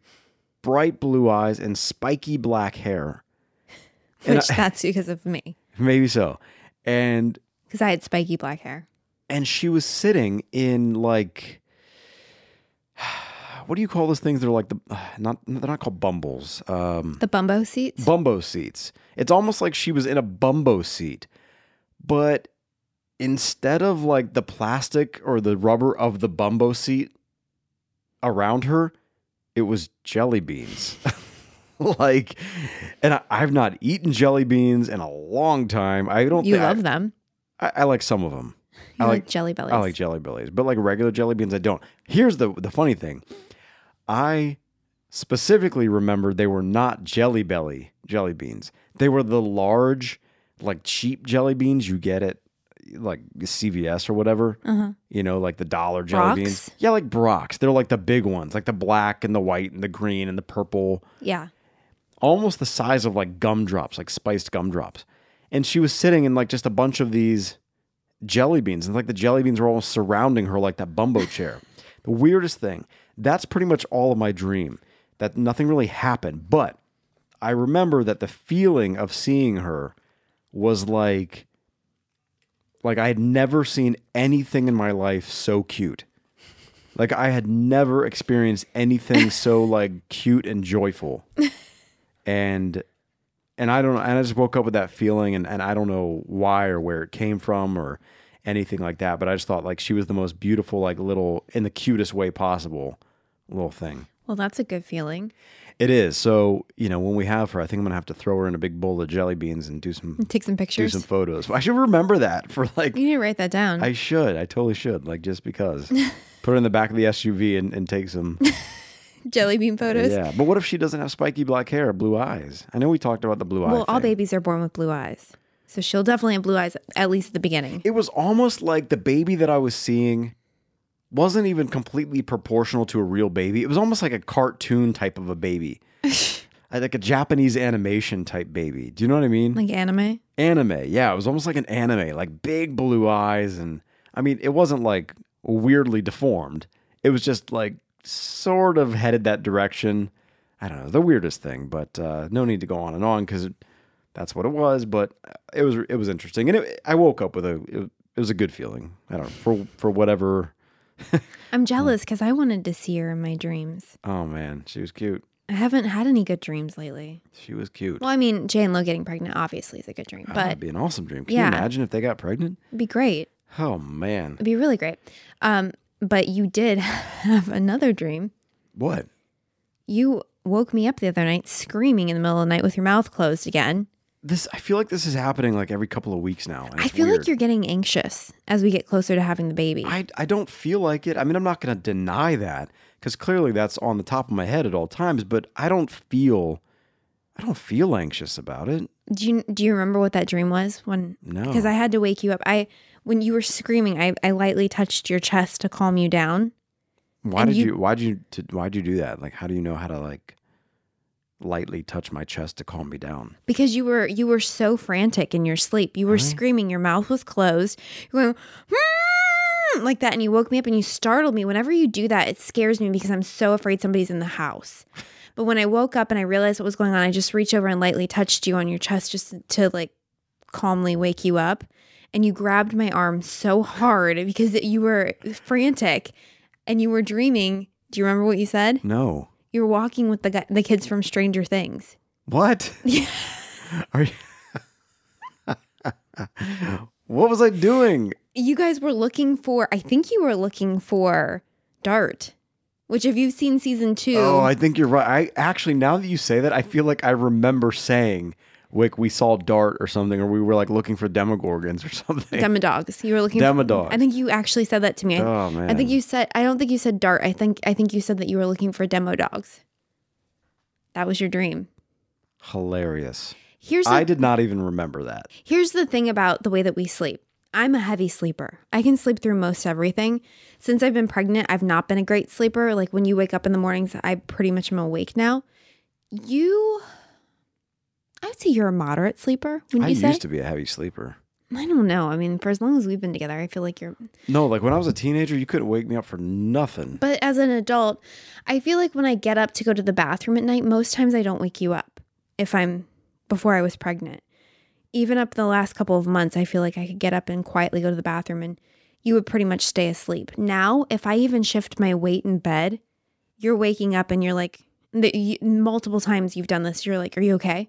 B: bright blue eyes, and spiky black hair. And
C: Which that's because of me.
B: Maybe so. And
C: Because I had spiky black hair.
B: and she was sitting in like what do you call those things? They're like the not they're not called bumbles. Um,
C: The bumbo seats.
B: bumbo seats. It's almost like she was in a bumbo seat, but instead of like the plastic or the rubber of the bumbo seat around her, it was jelly beans. like, and I, I've not eaten jelly beans in a long time. I don't.
C: you
B: thi- I-
C: love them.
B: I, I like some of them.
C: You
B: I
C: like,
B: like
C: jelly bellies.
B: I like jelly bellies, but like regular jelly beans, I don't. Here's the the funny thing, I specifically remember they were not jelly belly jelly beans. They were the large, like cheap jelly beans you get at like CVS or whatever.
C: uh-huh.
B: You know, like the dollar jelly beans.
C: Brock's?
B: Yeah, like Brock's. They're like the big ones, like the black and the white and the green and the purple
C: Yeah.
B: almost the size of like gumdrops, like spiced gumdrops. And she was sitting in like just a bunch of these jelly beans. And like the jelly beans were almost surrounding her like that bumbo chair. The weirdest thing. That's pretty much all of my dream. That nothing really happened. But I remember that the feeling of seeing her was like like I had never seen anything in my life so cute. Like I had never experienced anything so like cute and joyful and and I don't know, and I just woke up with that feeling, and and I don't know why or where it came from or anything like that, but I just thought like she was the most beautiful, like little in the cutest way possible, little thing.
C: Well, that's a good feeling.
B: It is. So you know, when we have her, I think I'm gonna have to throw her in a big bowl of jelly beans and do some
C: Take some
B: do
C: pictures.
B: some photos. I should remember that for like
C: you need to write that down.
B: I should. I totally should. Like just because. Put her in the back of the SUV and, and take some.
C: jelly bean photos.
B: Yeah. But what if she doesn't have spiky black hair or blue eyes? I know we talked about the blue eye.
C: Well, all
B: thing.
C: babies are born with blue eyes. So she'll definitely have blue eyes, at least at the beginning.
B: it was almost like the baby that I was seeing wasn't even completely proportional to a real baby. It was almost like a cartoon type of a baby, Uh, like a Japanese animation type baby. Do you know what I mean?
C: Like anime.
B: anime. Yeah, it was almost like an anime, like big blue eyes. And I mean, it wasn't like weirdly deformed, it was just like sort of headed that direction. I don't know, the weirdest thing, but uh, no need to go on and on because that's what it was. But uh, it was it was interesting, and it, I woke up with a it, it was a good feeling. I don't know for for whatever.
C: I'm jealous because I wanted to see her in my dreams.
B: Oh man, she was cute.
C: I haven't had any good dreams lately.
B: She was cute.
C: Well, I mean, Jay and Lo getting pregnant obviously is a good dream,
B: Oh,
C: but
B: that'd be an awesome dream. Can
C: yeah.
B: you imagine if they got pregnant?
C: it'd be great.
B: Oh man,
C: It'd be really great. Um, but you did have another dream.
B: what?
C: You woke me up the other night screaming in the middle of the night with your mouth closed again.
B: This I feel like this is happening like every couple of weeks now. and
C: I
B: it's
C: feel
B: weird.
C: like you're getting anxious as we get closer to having the baby.
B: I, I don't feel like it. I mean, I'm not going to deny that because clearly that's on the top of my head at all times. But I don't feel, I don't feel anxious about it.
C: do you do you remember what that dream was when
B: No,
C: because I had to wake you up. I when you were screaming, I, I lightly touched your chest to calm you down.
B: why
C: and
B: did
C: you-
B: you, why did you, t- why did you do that? Like, how do you know how to like lightly touch my chest to calm me down.
C: because you were you were so frantic in your sleep. You were screaming. Your mouth was closed. You were going "Hmm," like that, and you woke me up and you startled me. Whenever you do that, it scares me because I'm so afraid somebody's in the house. But when I woke up and I realized what was going on, I just reached over and lightly touched you on your chest just to like calmly wake you up. And you grabbed my arm so hard because you were frantic and you were dreaming. Do you remember what you said?
B: No.
C: You were walking with the guy, the kids from Stranger Things.
B: What? Are you What was I doing?
C: you guys were looking for i think you were looking for dart which if you've seen season two,
B: Oh, I think you're right. I actually now that you say that, I feel like I remember saying Wick, we saw Dart or something, or we were like looking for Demogorgons or something.
C: demodogs you were looking
B: Demodogs.
C: for i think you actually said that to me I-
B: oh man.
C: I, think you said i don't think you said dart i think i think you said that you were looking for demo dogs that was your dream
B: hilarious.
C: here's the
B: I did not even remember that.
C: Here's the thing about the way that we sleep. I'm a heavy sleeper. I can sleep through most everything. Since I've been pregnant, I've not been a great sleeper. Like when you wake up in the mornings, I pretty much am awake now. You, I would say you're a moderate sleeper. Wouldn't
B: I
C: you
B: used
C: say?
B: to be a heavy sleeper.
C: I don't know. I mean, for as long as we've been together, I feel like you're.
B: No, like when I was a teenager, you couldn't wake me up for nothing.
C: But as an adult, I feel like when I get up to go to the bathroom at night, most times I don't wake you up if I'm before I was pregnant. Even up the last couple of months, I feel like I could get up and quietly go to the bathroom and you would pretty much stay asleep. Now, if I even shift my weight in bed, you're waking up and you're like, the, you, multiple times you've done this, you're like, are you okay?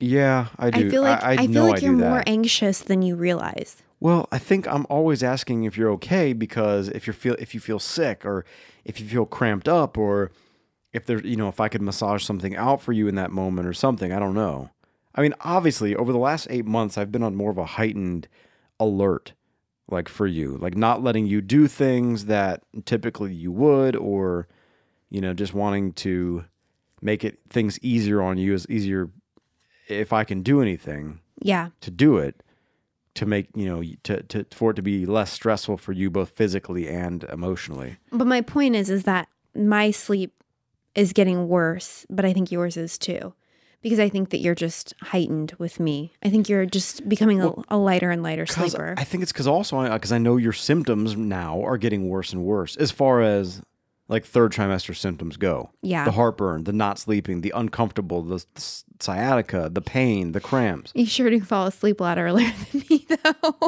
B: Yeah, I do.
C: feel like
B: I, I
C: feel
B: know
C: like
B: I do
C: you're
B: that.
C: more anxious than you realize.
B: Well, I think I'm always asking if you're okay because if you feel if you feel sick or if you feel cramped up or if there's you know if I could massage something out for you in that moment or something, I don't know. I mean, obviously, over the last 8 months I've been on more of a heightened alert like for you, like not letting you do things that typically you would or you know, just wanting to make it things easier on you is easier if I can do anything
C: Yeah.
B: to do it to make you know to, to for it to be less stressful for you both physically and emotionally
C: But my point is, is that my sleep is getting worse, but I think yours is too, because I think that you're just heightened with me. I think you're just becoming a, a lighter and lighter
B: because
C: sleeper.
B: i think it's because also because i know your symptoms now are getting worse and worse as far as like third trimester symptoms go
C: yeah,
B: the heartburn the not sleeping the uncomfortable the, s- sciatica the pain the cramps
C: you sure do fall asleep a lot earlier than me, though.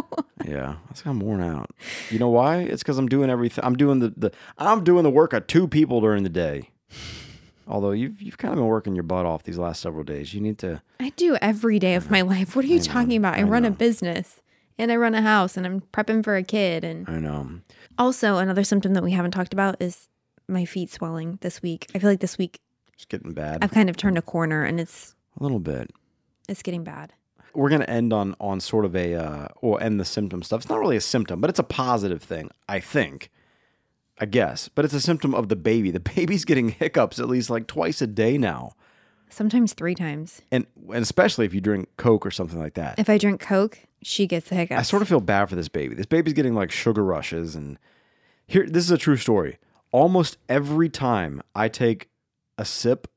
B: yeah that's i'm worn out you know why it's because i'm doing everything i'm doing the, the i'm doing the work of two people during the day although you've, you've kind of been working your butt off these last several days you need to
C: I do every day of my life. What are you talking about? I, run a business and I run a house and I'm prepping for a kid. And
B: i know
C: also another symptom that we haven't talked about is my feet swelling this week. I feel like this week
B: It's getting bad.
C: I've kind of turned a corner and it's
B: a little bit.
C: it's getting bad.
B: We're gonna end on on sort of a uh, or end the symptom stuff. It's not really a symptom, but it's a positive thing, I think. I guess, but it's a symptom of the baby. The baby's getting hiccups at least like twice a day now,
C: Sometimes three times.
B: and, and especially if you drink Coke or something like that.
C: If I drink Coke, she gets the hiccups.
B: I sort of feel bad for this baby. This baby's getting like sugar rushes and here this is a true story. Almost every time I take a sip,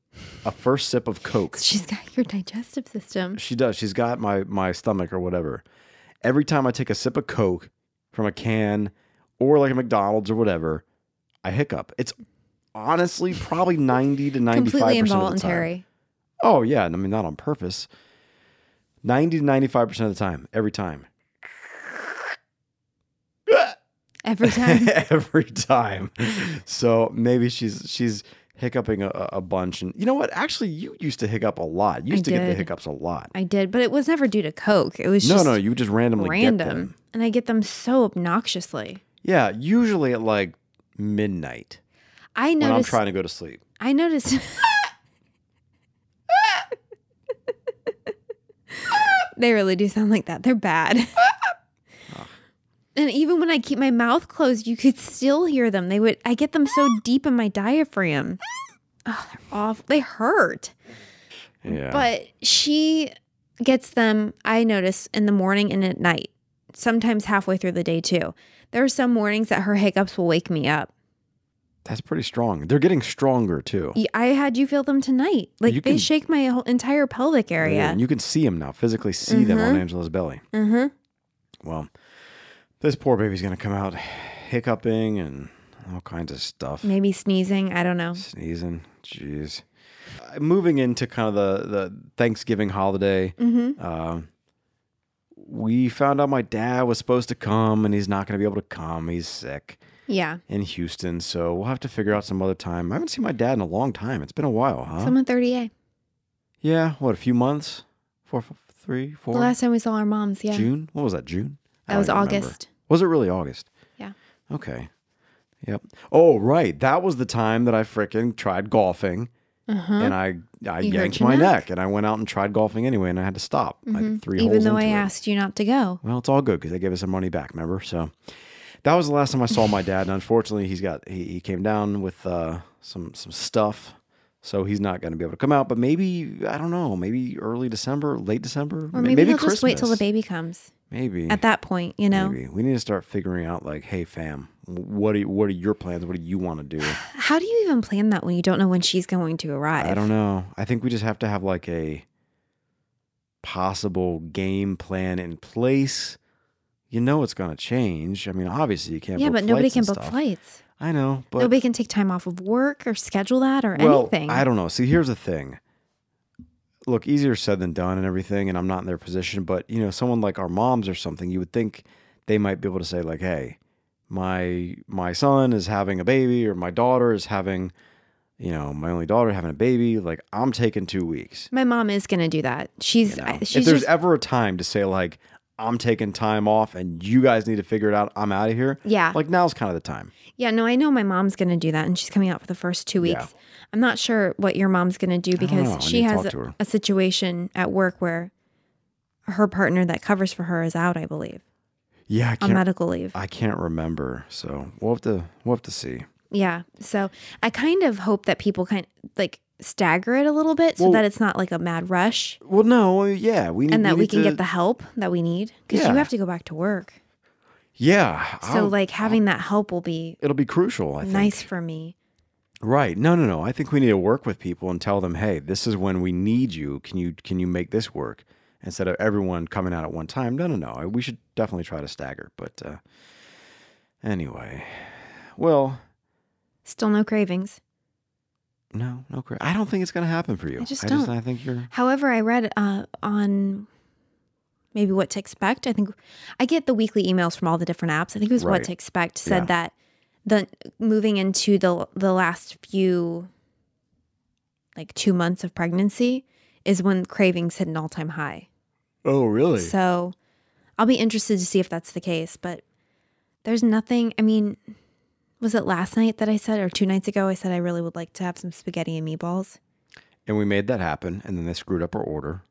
B: a first sip of Coke,
C: She's got your digestive system.
B: She does. She's got my my stomach or whatever. Every time I take a sip of Coke from a can or like a McDonald's or whatever, I hiccup. It's honestly probably ninety to ninety five
C: Completely
B: percent of the time.
C: involuntary.
B: Oh yeah, and I mean not on purpose. Ninety to ninety five percent of the time, every time,
C: Every time.
B: every time. So maybe she's she's hiccuping a, a bunch, and you know what? Actually, you used to hiccup a lot. You used to get the
C: did.
B: hiccups a lot.
C: I did, but it was never due to Coke. It was
B: No,
C: just
B: no, you just randomly get them.
C: random. And I get them so obnoxiously.
B: Yeah, usually at like midnight
C: I
B: when I'm
C: noticed
B: trying to go to sleep.
C: I noticed They really do sound like that. They're bad. and even when I keep my mouth closed, you could still hear them. They would I get them so deep in my diaphragm. Oh, they're awful. They hurt.
B: Yeah.
C: But she gets them, I notice, in the morning and at night, sometimes halfway through the day, too. There are some mornings that her hiccups will wake me up.
B: That's pretty strong. They're getting stronger too.
C: Y- I had you feel them tonight. Like
B: You
C: they
B: can-
C: shake my whole entire pelvic area.
B: And you can see them now, physically see them on Angela's belly.
C: mm-hmm.
B: Well, this poor baby's going to come out hiccuping and all kinds of stuff.
C: Maybe sneezing. I don't know.
B: Sneezing. Jeez. Uh, Moving into kind of the, the Thanksgiving holiday,
C: Mm-hmm.
B: um, we found out my dad was supposed to come and he's not going to be able to come. He's sick
C: Yeah.
B: in Houston. So we'll have to figure out some other time. I haven't seen my dad in a long time. It's been a while, huh?
C: Someone 30A.
B: yeah. What, a few months? Four, f- three, four?
C: The last time we saw our moms. Yeah.
B: June? What was that, June?
C: That
B: I don't
C: was
B: even remember.
C: August.
B: Was it really August?
C: Yeah.
B: Okay. Yep. Oh, right. That was the time that I frickin' tried golfing
C: Uh-huh.
B: and I I
C: You hurt
B: yanked
C: your
B: my neck.
C: neck.
B: and I went out and tried golfing anyway and I had to stop. I had three
C: Mm-hmm. Even
B: holes
C: though I
B: into it.
C: asked you not to go.
B: Well, it's all good because they gave us some money back, remember? So that was the last time I saw my dad, and unfortunately, he's got he, he came down with uh, some some stuff, so he's not going to be able to come out. But maybe I don't know, maybe early December, late December,
C: Or
B: may-
C: maybe, he'll
B: Christmas.
C: just wait till the baby comes.
B: Maybe
C: At that point, you know.
B: Maybe we need to start figuring out like, hey, fam, what are what are your plans? What do you want to do?
C: How do you even plan that when you don't know when she's going to arrive?
B: I don't know. I think we just have to have like a possible game plan in place. You know it's going to change. I mean, obviously you can't.
C: Yeah,
B: book
C: but nobody
B: flights
C: can
B: and
C: book
B: stuff.
C: flights.
B: I know, but
C: nobody can take time off of work or schedule that or
B: well,
C: anything.
B: I don't know. See, here's the thing. Look, easier said than done, and everything. And I'm not in their position, but you know, someone like our moms or something, you would think they might be able to say like, "Hey, my my son is having a baby, or my daughter is having, you know, my only daughter having a baby. Like, I'm taking two weeks."
C: My mom is going to do that. She's
B: you know?
C: I,
B: if
C: she's
B: there's
C: just,
B: ever a time to say like, "I'm taking time off, and you guys need to figure it out. I'm out of here,"
C: yeah.
B: like now's kind of the time.
C: yeah, no, I know my mom's going to do that and she's coming out for the first 2 weeks.
B: Yeah.
C: I'm not sure what your mom's going to do because
B: know. Oh, I
C: she
B: need to
C: has
B: talk to
C: a,
B: her.
C: a situation at work where her partner that covers for her is out, I believe,
B: Yeah, I
C: on
B: can't.
C: medical leave.
B: I can't remember, so we'll have to we'll have to see.
C: yeah. So, I kind of hope that people kind like stagger it a little bit so
B: Well-
C: that it's not like a mad rush.
B: Well, no, yeah, we need,
C: and that we,
B: need
C: can
B: to-
C: get the help that we need because
B: Yeah.
C: you have to go back to work.
B: yeah.
C: So
B: I'll-
C: like having that help will be
B: it'll be crucial. I think.
C: nice for me.
B: Right? No, no, no. I think we need to work with people and tell them, hey, this is when we need you. Can you can you make this work instead of everyone coming out at one time? No, no, no. We should definitely try to stagger. But uh, anyway, well,
C: Still no cravings.
B: no, no. cra- I don't think it's going to happen for you.
C: I just
B: I,
C: don't.
B: I think you're.
C: However, I read uh, on maybe what to expect. I think I get the weekly emails from all the different apps. I think it was
B: Right.
C: what to expect said
B: Yeah.
C: that the moving into the the last few like two months of pregnancy is when cravings hit an all time high.
B: Oh, really?
C: So I'll be interested to see if that's the case, but there's nothing. I mean, was it last night that I said, or two nights ago, I said I really would like to have some spaghetti and meatballs?
B: and we made that happen, and then they screwed up our order.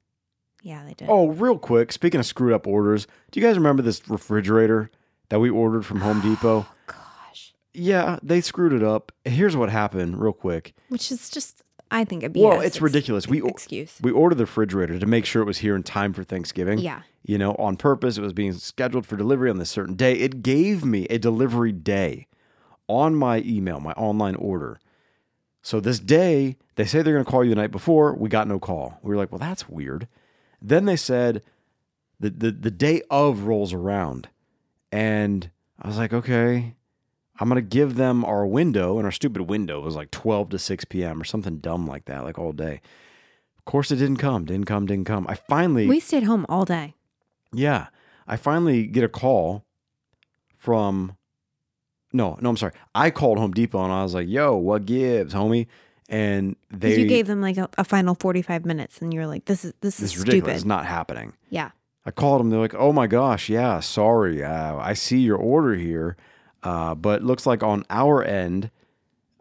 C: Yeah, they did.
B: Oh, real quick, speaking of screwed up orders, do you guys remember this refrigerator that we ordered from Home Depot?
C: Oh, gosh.
B: Yeah, they screwed it up. Here's what happened, real quick.
C: Which is just, I think, a BS.
B: Well, it's
C: ex-
B: ridiculous. We o-
C: excuse.
B: we ordered the refrigerator to make sure it was here in time for Thanksgiving.
C: Yeah.
B: You know, on purpose, it was being scheduled for delivery on this certain day. It gave me a delivery day on my email, my online order. So this day, they say they're going to call you the night before. We got no call. We were like, well, that's weird. Then they said the, the, the day of rolls around. And I was like, okay, I'm going to give them our window. And our stupid window was like 12 to 6 p.m. or something dumb like that, like all day. Of course, it didn't come, didn't come, didn't come. I finally,
C: We stayed home all day.
B: yeah, I finally get a call from, no, no, I'm sorry. I called Home Depot and I was like, yo, what gives, homie? And
C: 'Cause
B: they
C: you gave them like a, a final 45 minutes and you were like, this is, this,
B: this
C: is
B: is ridiculous. It's
C: stupid.
B: not happening.
C: Yeah.
B: I called them. They're like, "Oh my gosh, yeah, sorry. Uh, I see your order here, uh, but looks like on our end,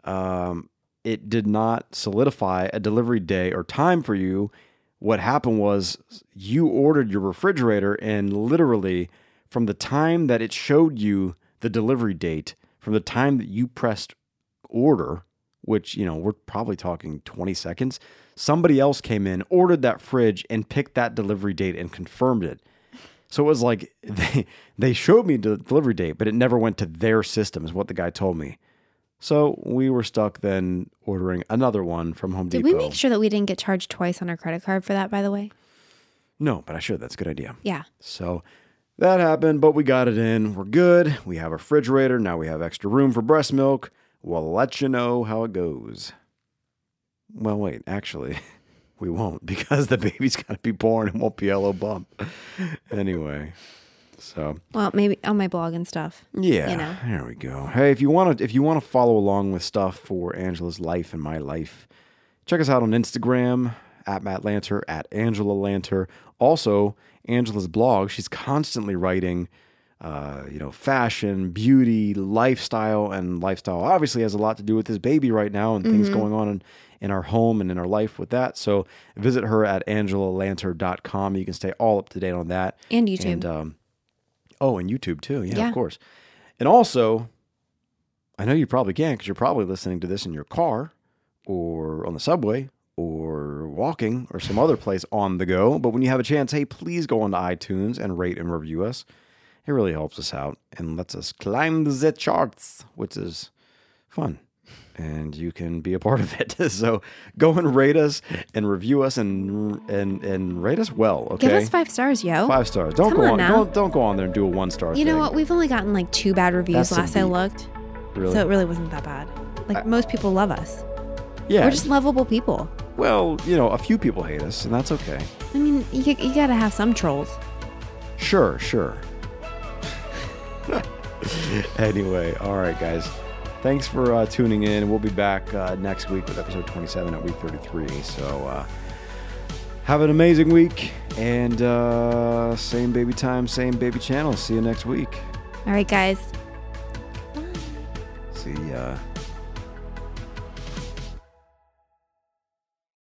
B: um, it did not solidify a delivery day or time for you. What happened was you ordered your refrigerator, and literally from the time that it showed you the delivery date, from the time that you pressed order, which you know we're probably talking 20 seconds somebody else came in ordered that fridge and picked that delivery date and confirmed it so it was like they they showed me the delivery date but it never went to their system is what the guy told me So we were stuck then ordering another one from Home
C: Did
B: Depot.
C: we make sure that we didn't get charged twice on our credit card for that, by the way?
B: no, but I should. That's a good idea.
C: Yeah.
B: So that happened, but we got it in. We're good. We have a refrigerator. Now we have extra room for breast milk. We'll let you know how it goes. Well, wait, actually, we won't because the baby's got to be born and won't be yellow bump. anyway, so
C: Well, maybe on my blog and stuff.
B: yeah,
C: You know.
B: there we go. Hey, if you want to, if you want to follow along with stuff for Angela's life and my life, check us out on Instagram at Matt Lanter at Angela Lanter. Also, Angela's blog. She's constantly writing, uh, you know, fashion, beauty, lifestyle, and lifestyle obviously has a lot to do with this baby right now and things
C: Mm-hmm.
B: going on in, in our home and in our life with that. So visit her at angelalanter.com. You can stay all up to date on that.
C: And YouTube.
B: And um, oh, and YouTube too. Yeah,
C: Yeah.
B: of course. And also, I know you probably can because you're probably listening to this in your car or on the subway or walking or some other place on the go. But when you have a chance, hey, please go on to iTunes and rate and review us. It really helps us out and lets us climb the charts, which is fun. And you can be a part of it. so go and rate us and review us and and and rate us well. Okay,
C: Give us five stars, yo.
B: Five stars. Don't
C: Oh, Come
B: go
C: on
B: on.
C: now.
B: Don't, don't go on there and do a one star.
C: You know what? We've only gotten like two bad reviews
B: That's a
C: last I
B: beat.
C: looked.
B: Really?
C: So it really wasn't that bad. Like most people love us.
B: yeah.
C: We're just lovable people.
B: well, you know, a few people hate us, and that's okay.
C: I mean, you, you gotta have some trolls.
B: Sure, sure. anyway, all right, guys. Thanks for uh, tuning in. We'll be back uh, next week with episode 27 at week 33. So uh, have an amazing week, and uh, same baby time, same baby channel. See you next week.
C: All right, guys.
B: See ya.